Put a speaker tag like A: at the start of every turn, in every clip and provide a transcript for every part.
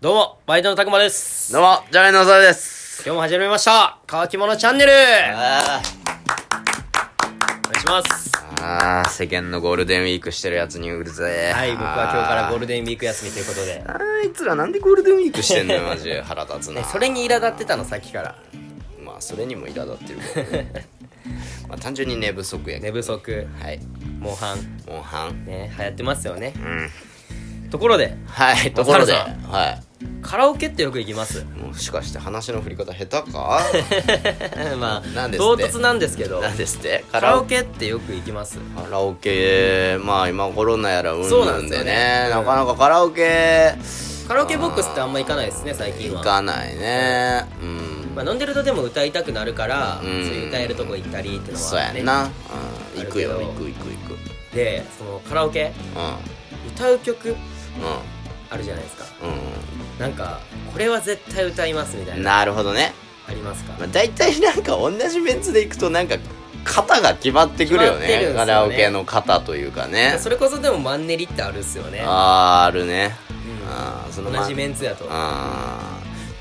A: どうも、バイトのたくまです。
B: どうも、ジャガイのおさです。
A: 今日も始めました。乾き物チャンネルお願
B: あ
A: いします。
B: あー、世間のゴールデンウィークしてるやつにうるぜえ。
A: はい、僕は今日からゴールデンウィーク休みということで。
B: あーあいつらなんでゴールデンウィークしてん のよ、マジで。腹立つな。
A: ね、それに苛立ってたの、さっきから。
B: まあ、それにも苛立ってるけどねまあ、単純に寝不足や
A: 寝
B: ね。
A: 不足、
B: はい。
A: モンハン、
B: モンハン。
A: ね、流行ってますよね。
B: うん。
A: ところで、
B: はい、ところで。
A: サルさん
B: は
A: カラオケってよく行きます
B: い。もしかして話の振り方下手か
A: ま
B: な
A: あ、
B: んです
A: 唐
B: って
A: 突なんですけど、
B: なんですって
A: カラオケってよく行きます。
B: カラオケ、まあ今コロナやらうん
A: そうな
B: なんん
A: ですよ
B: で
A: ね
B: ね、なかなかカラオケ、
A: カラオケボックスってあんま行かないですね、最近
B: 行
A: は。
B: かないね。うん。
A: まあ、飲んでるとでも歌いたくなるから、
B: うん
A: そういう歌えるとこ行ったりっての
B: そう
A: は
B: や
A: ね。
B: んな、
A: あ
B: うん、
A: る
B: 行く
A: けど
B: よ行く行く行く
A: で、そのカラオケ、
B: う
A: 歌う曲
B: ん
A: あるじゃないですか。
B: うん
A: なんかこれは絶対歌いますみた
B: う
A: い
B: ん
A: な
B: なるほどね、
A: ありますか
B: まあ、大体なんか同じメンツで行くとなんか型が決まってくるよ
A: 決
B: ね
A: まってるんですよね
B: カラオケの型というかね
A: それこそでもマンネリってあるっすよね
B: あーあるね、
A: うん
B: あーその
A: 同じメンツやと
B: あ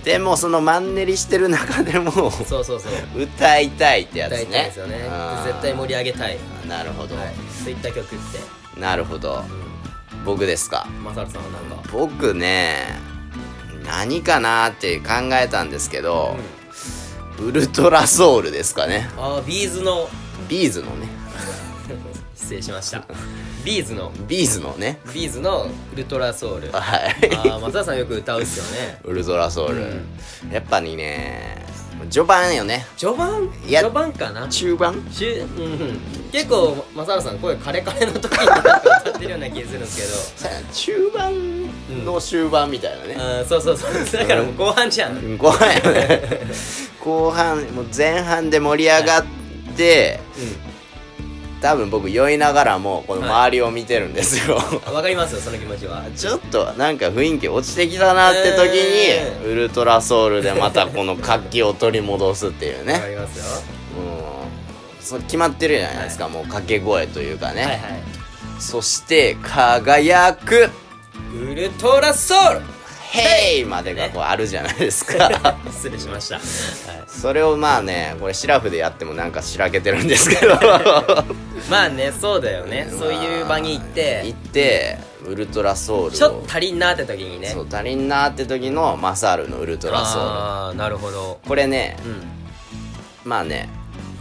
B: ーでもそのマンネリしてる中でも
A: そうそうそう
B: 歌いたいってやつ
A: 歌
B: ね
A: いたいですよねで
B: あー
A: 絶対盛り上げたい
B: なるほど、
A: はいそういった曲って
B: なるほど僕ですか
A: マサルさんはなんか
B: 僕ね何かなって考えたんですけど、ウルトラソウルですかね
A: ああビーズの
B: ビーズのね
A: 失礼しま したビーズの
B: ビーズのね
A: ビーズのウルトラソウルあ
B: はい
A: あマサルさんよく歌うっすよね
B: ウルトラソウル、やっぱりね序盤よね
A: 序盤
B: いや
A: 序盤かな
B: 中盤
A: しゅ、うんうん、結構マサルさん声カレカレの時になんか歌ってるような気がするんですけど
B: さあ中盤の終盤みたいなね、
A: あーそうそうそう だからもう後半じゃん、
B: 後半よね 後半もう前半で盛り上がって、多分僕酔いながらもこの周りを見てるんですよ、
A: あわかりますよその気持ちは
B: ちょっとなんか雰囲気落ちてきたなって時に、
A: えー
B: ウルトラソウルでまたこの活気を取り戻すっていう
A: わか
B: ね、
A: りますよ
B: うん、そう決まってるじゃないですか、もう掛け声というかね、
A: はいはい
B: そして「輝く
A: ウルトラソウル
B: ヘイ!」までがこうあるじゃないですか
A: 失礼しました、は
B: それをまあねこれシラフでやってもなんかしらけてるんですけど
A: い、まあねそうだよ ねそういう場に行って
B: 行ってウルトラソウルを
A: ちょっと足りんなって時にね
B: そう足りんなって時のマサールのウルトラソ
A: ああなるほど
B: ウルこれね
A: うん
B: まあね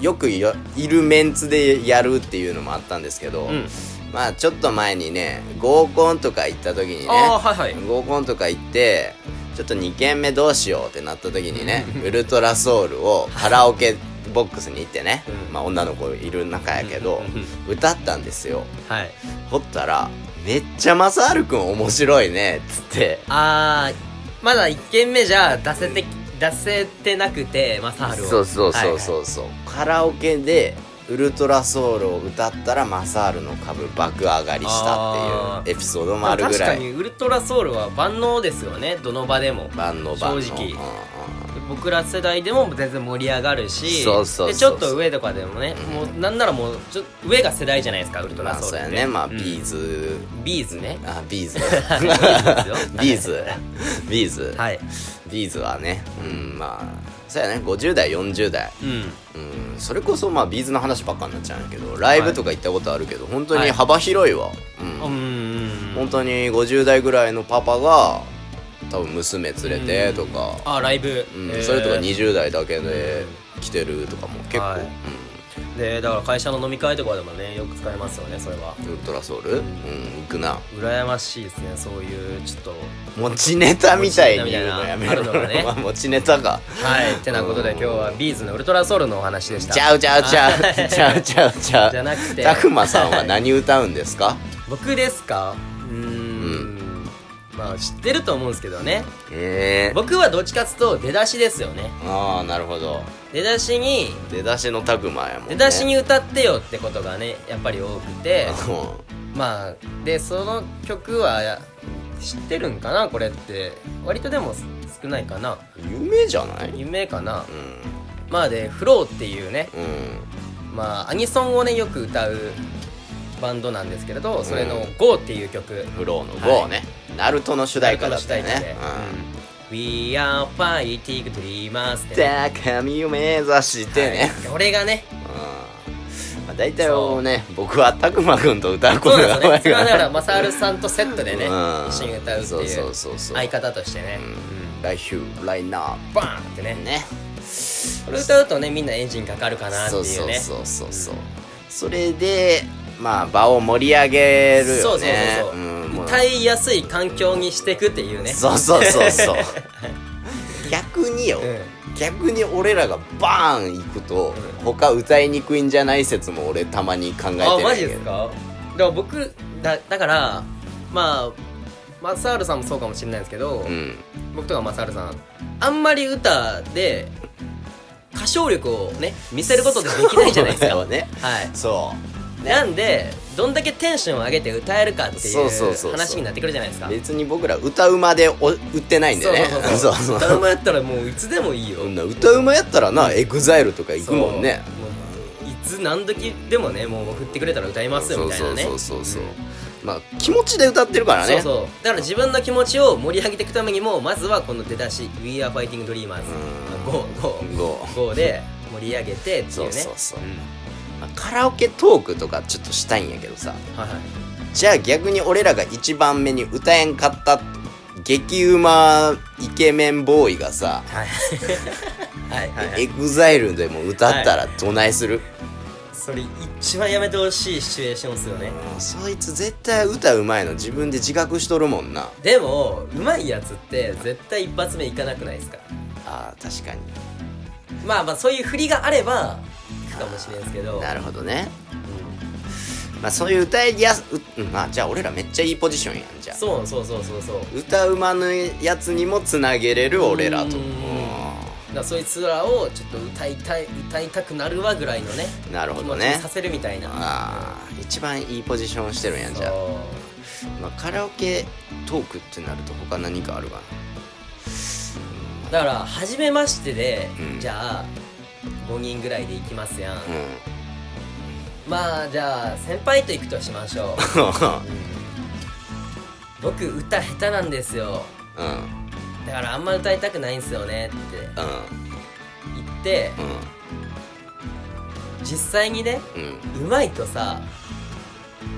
B: よくよいるメンツでやるっていうのもあったんですけど、
A: うん
B: まあちょっと前にね合コンとか行った時にね
A: ああはいはい
B: 合コンとか行ってちょっと2軒目どうしようってなった時にねウルトラソウルをカラオケボックスに行ってね、
A: うん
B: まあ女の子いる中やけ
A: う
B: ど
A: んうん
B: 歌ったんですよ
A: はい
B: ほったら「めっちゃマサールくん面白いね」っつって
A: ああまだ1軒目じゃ出せて出せてなくてマサールを
B: そうそうそう
A: は
B: そうそう、カラオケでウルトラソウルを歌ったらマサールの株爆上がりした
A: あ
B: っ
A: ー
B: ていうエピソード
A: い
B: も
A: は
B: あ
A: い
B: るぐ
A: 確
B: ら
A: か
B: い
A: にウルトラソウルは万能ですよねどの場でも
B: 万能万能
A: 正直
B: うんうん
A: 僕ら世代でも全然盛り上がるし
B: そうそうそう
A: でちょっと上とかでもね、もうなんならもうちょ上が世代じゃないですかウルト
B: ま
A: ラ
B: あ
A: ソウ
B: そ
A: ル
B: う
A: っ
B: や
A: て
B: ねまあ
A: うん
B: ビーズ、
A: ビーズね
B: あビ ーズ
A: ビーズですよ
B: ビーズビーズ、
A: はい
B: ビーズはねうんまあそうやね50代40代
A: うん
B: うんそれこそまあビーズの話ばっかになっちゃうんやけどライブとか行ったことあるけど、本当に幅広いわ、うん
A: うーん
B: 本当に50代ぐらいのパパが多分娘連れてとか、
A: あライブ、
B: うん
A: えー
B: それとか20代だけで来てるとかも結構、
A: はいでだから会社の飲み会とかでもねよく使えますよねそれは
B: うん、ウルトラソウル、うん、行くな
A: 羨ましいですねそういうちょっと
B: 持ちネタみたいに言うのやめ
A: 持
B: ろ
A: ちネタみたいなあるのがね
B: まあ持ちネタか
A: はいってなことで今日はビーズのウルトラソウルのお話でした
B: ちゃうちゃうちゃうちゃうちゃうちゃう
A: じゃなくて
B: たくまさんは何歌うんですか
A: 僕ですかうーんまあ知ってると思うんですけどね
B: え え
A: 僕はどっちかっつうと出だしですよね
B: ああなるほど
A: 出だしに
B: 出だしのたくまやもん、ね、
A: 出だしに歌ってよってことがねやっぱり多くて
B: う
A: まあでその曲はや知ってるんかなこれって割とでも少ないかなん
B: 夢じゃないうん
A: 夢かなまあでフローっていうね
B: うん
A: まあアニソンをねよく歌うバンドなんですけれどそれの「GO」っていう曲
B: フローの
A: はい
B: 5ね、ナルトの主題歌だったよ
A: ナルト
B: ね
A: の主題歌でうん We are fighting dreamers っ
B: うん
A: て ね
B: 高みを目指してね、
A: はいこれがね
B: うんまあ、大体をね僕は拓磨君と歌うこ
A: そ
B: と
A: う
B: が
A: なんですよ
B: 多
A: ねそれはだ
B: い
A: から
B: か
A: マサールさんとセットでね
B: うん
A: 一緒に歌うって
B: そう
A: い
B: そううそうそう
A: 相方としてねうん
B: ら来週来な
A: バーンってね
B: ね
A: これ歌うとねみんなエンジンかかるかなって
B: そう
A: い
B: そうう
A: ね
B: そうそうそうそれでまあ場を盛り上げる
A: そ
B: よ
A: うそう
B: ね
A: そうそう、
B: うんもう
A: 歌いやすい環境にしていくっていうね
B: そうそうそう そう逆によ、
A: うん
B: 逆に俺らがバーン行くと、他歌いにくいんじゃない説も俺たまに考えてるんや
A: あ
B: けど
A: マジですかだから僕だだからまあマサールさんもそうかもしれないんですけど、
B: うん
A: 僕とかマサールさんあんまり歌で歌唱力をね見せることってできないじゃないですか
B: そうだよね
A: はい
B: そうね
A: なんでどんだけテンションを上げて歌えるかってい
B: そうそうそうそ
A: う
B: う
A: 話になってくるじゃないですか
B: 別に僕ら歌うまでお売ってないんでね
A: そうそう
B: そ
A: そうう
B: そ
A: 歌う
B: う
A: まやったらもういつでもいいよ
B: そんな歌うまやったらな、エグザイルとか行くもんね
A: そうもういつ何時でもねもう振ってくれたら歌いますよみたいなね
B: そうそうそうそう、
A: ん
B: まあ気持ちで歌ってるから
A: そ
B: ね
A: うそうだから自分の気持ちを盛り上げていくためにもまずはこの出だし「We are fighting dreamers
B: うん」
A: 555
B: こう
A: で盛り上げてっていうね
B: そうそうそうまあカラオケトークとかちょっとしたいんやけどさ
A: はいはい
B: じゃあ逆に俺らが1番目に歌えんかった激うまイケメンボーイがさ、
A: はいはいはいはい
B: エグザイルでも歌ったらどないする、
A: それ一番やめてほしいシチュエーションっすよね
B: もうそいつ絶対歌うまいの自分で自覚しとるもんな
A: でもうまいやつって絶対一発目いかなくないですか
B: あー確かに
A: まあまあそういう振りがあればいくかもしれんすけど
B: なるほどね
A: うん
B: まあそういう歌いやすう、うん、あじゃあ俺らめっちゃいいポジションやんじゃあ
A: そうそうそうそうそう
B: 歌うまのやつにもつなげれる俺らと
A: う
B: うん
A: んだからそいつらをちょっと歌いたい歌いたくなるわぐらいのね
B: なるほ
A: 気
B: ど
A: 持ち
B: ね
A: にさせるみたいな
B: あー一番いいポジションしてるんやんじゃあ
A: そう
B: まあ、カラオケトークってなると他何かあるか
A: だから初めましてで、
B: うん
A: じゃあ5人ぐらいで行きますやん、
B: なうん
A: まあじゃあ先輩と行くとしましょう 僕歌下手なんですよ
B: うんうん
A: だからあんま歌いたくないんすよねって言って
B: う
A: 実際にね
B: んうん
A: うまいとさ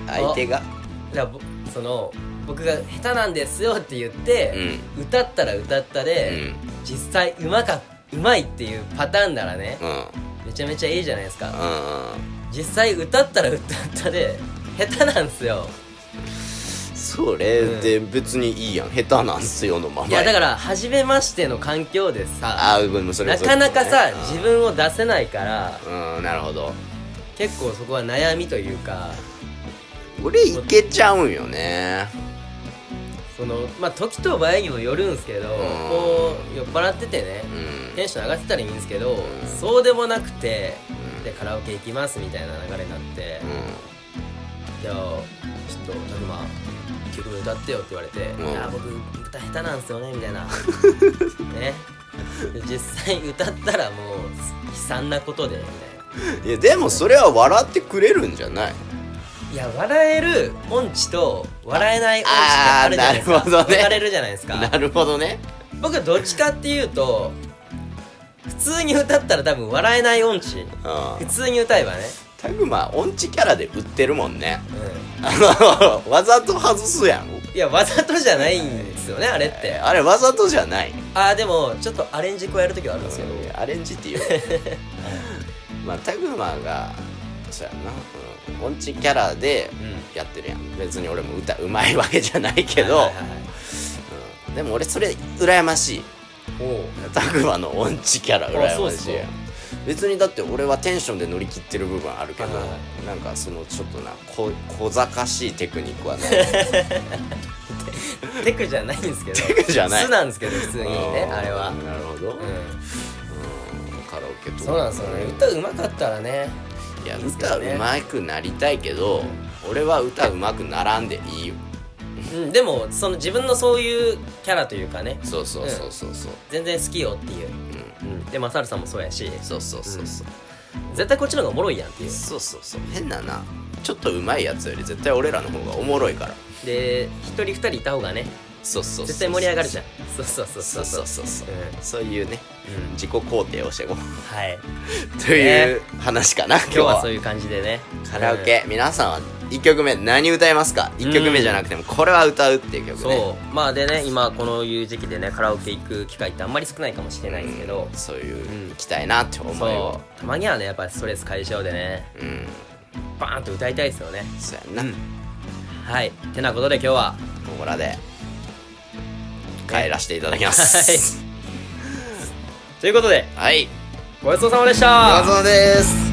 B: 相手が
A: じゃあぼその僕が下手なんですよって言っ
B: う
A: て、
B: ん
A: 歌ったら歌った
B: う
A: で、
B: ん
A: 実際うまかうまいっていうパターンならね
B: うんうん
A: めちゃめちゃいいじゃないですか
B: うん
A: 実際歌ったら歌ったで下手なんすよ
B: それで別にいいやん下手なんすよのまま
A: いやだからら初めましての環境でさ
B: あーごめんそれ
A: な
B: はそう
A: かなかさ
B: うん
A: 自分を出せないから
B: うんなるほど
A: 結構そこは悩みというか
B: 俺いけちゃうんよね
A: そのまあ時と場合にもよるんすけどこう酔っ払っててね
B: うん
A: テンション上がってたらいいんですけどそうでもなくてでカラオケ行きますみたいな流れになって「じゃあちょっと拓磨1曲目歌ってよ」って言われて「
B: うん
A: いや僕歌下手なんすよね」みたい なねで実際歌ったらもう悲惨なことでみたいな。
B: うんいやでもそれは笑ってくれるんじゃない
A: いや笑える音痴と笑えない音痴ってあるじゃないですか
B: あーなるほどね
A: 分かれるじゃないです
B: な
A: か
B: るほどね
A: 僕どっちかっていうと普通に歌ったら多分笑えない音痴
B: う
A: 普
B: ん
A: 通に歌えばね、
B: タグマ音痴キャラで売ってるもんね
A: う
B: あのわざと外すやん
A: ん、いやわざとじゃないんですよねあれって
B: あれわざとじゃない
A: ああでもちょっとアレンジ加える時はあるんですけど
B: アレンジっていうまあタグマがそうやな、うん、音痴キャラで
A: う
B: やってるやん別に俺も歌うまいわけじゃないけど、
A: はいはいはいはい
B: うんでも俺それ羨ましい
A: おう
B: タグマの音痴キャラ
A: あ
B: 羨
A: そうっ
B: まし
A: す
B: い
A: か
B: やん別にだって俺はテンションで乗り切ってる部分あるけど、
A: はいはいは
B: なんかそのちょっとなこ小賢しいテクニックはない
A: テクじゃないんですけど
B: テクじゃな い
A: 素なんですけど普通にねあれは
B: うんなるほど、
A: うん
B: カラオケとか
A: そうなんですよね歌うまかったらね
B: いや
A: いいですけ
B: 歌
A: ど
B: う
A: ね
B: まくなりたいけど俺は歌うまくならんでいいよ
A: うんでもその自分のそういうキャラというかね
B: そうそうそうそうそう
A: 全然好きよっていう、うん、でマサルさんもそうやし
B: そうそうそうそう
A: 絶対こっちの方がおもろいやんっていう
B: そうそうそう変ななちょっとうまいやつより絶対俺らの方がおもろいから
A: で一人二人いた方がね
B: そうそうそう
A: 絶対盛り上がるじゃんそうそうそうそう
B: そ
A: う
B: そ
A: そうう
B: そうそう、
A: うん
B: そういうね
A: うん
B: 自己肯定をしてこ
A: はい、
B: うという話かな、今
A: 今日
B: 日は
A: はそういう感じでね
B: カラオ、ケ、皆さんは1曲目何歌いますか1曲目じゃなくてもこれは歌うっていう
A: うん
B: 曲ね
A: そうまあでね今このいう時期でねカラオケ行く機会ってあんまり少ないかもしれないんですけど、
B: そういう行きたいなって思いを
A: そうたまにはねやっぱストレス解消でね
B: うん
A: バーンと歌いたいですよね
B: そうやんな、
A: はいてなことで今日は
B: ここらで帰らせていただきます、
A: ということで
B: はい
A: ごちそうさまでした
B: ごちそうさまです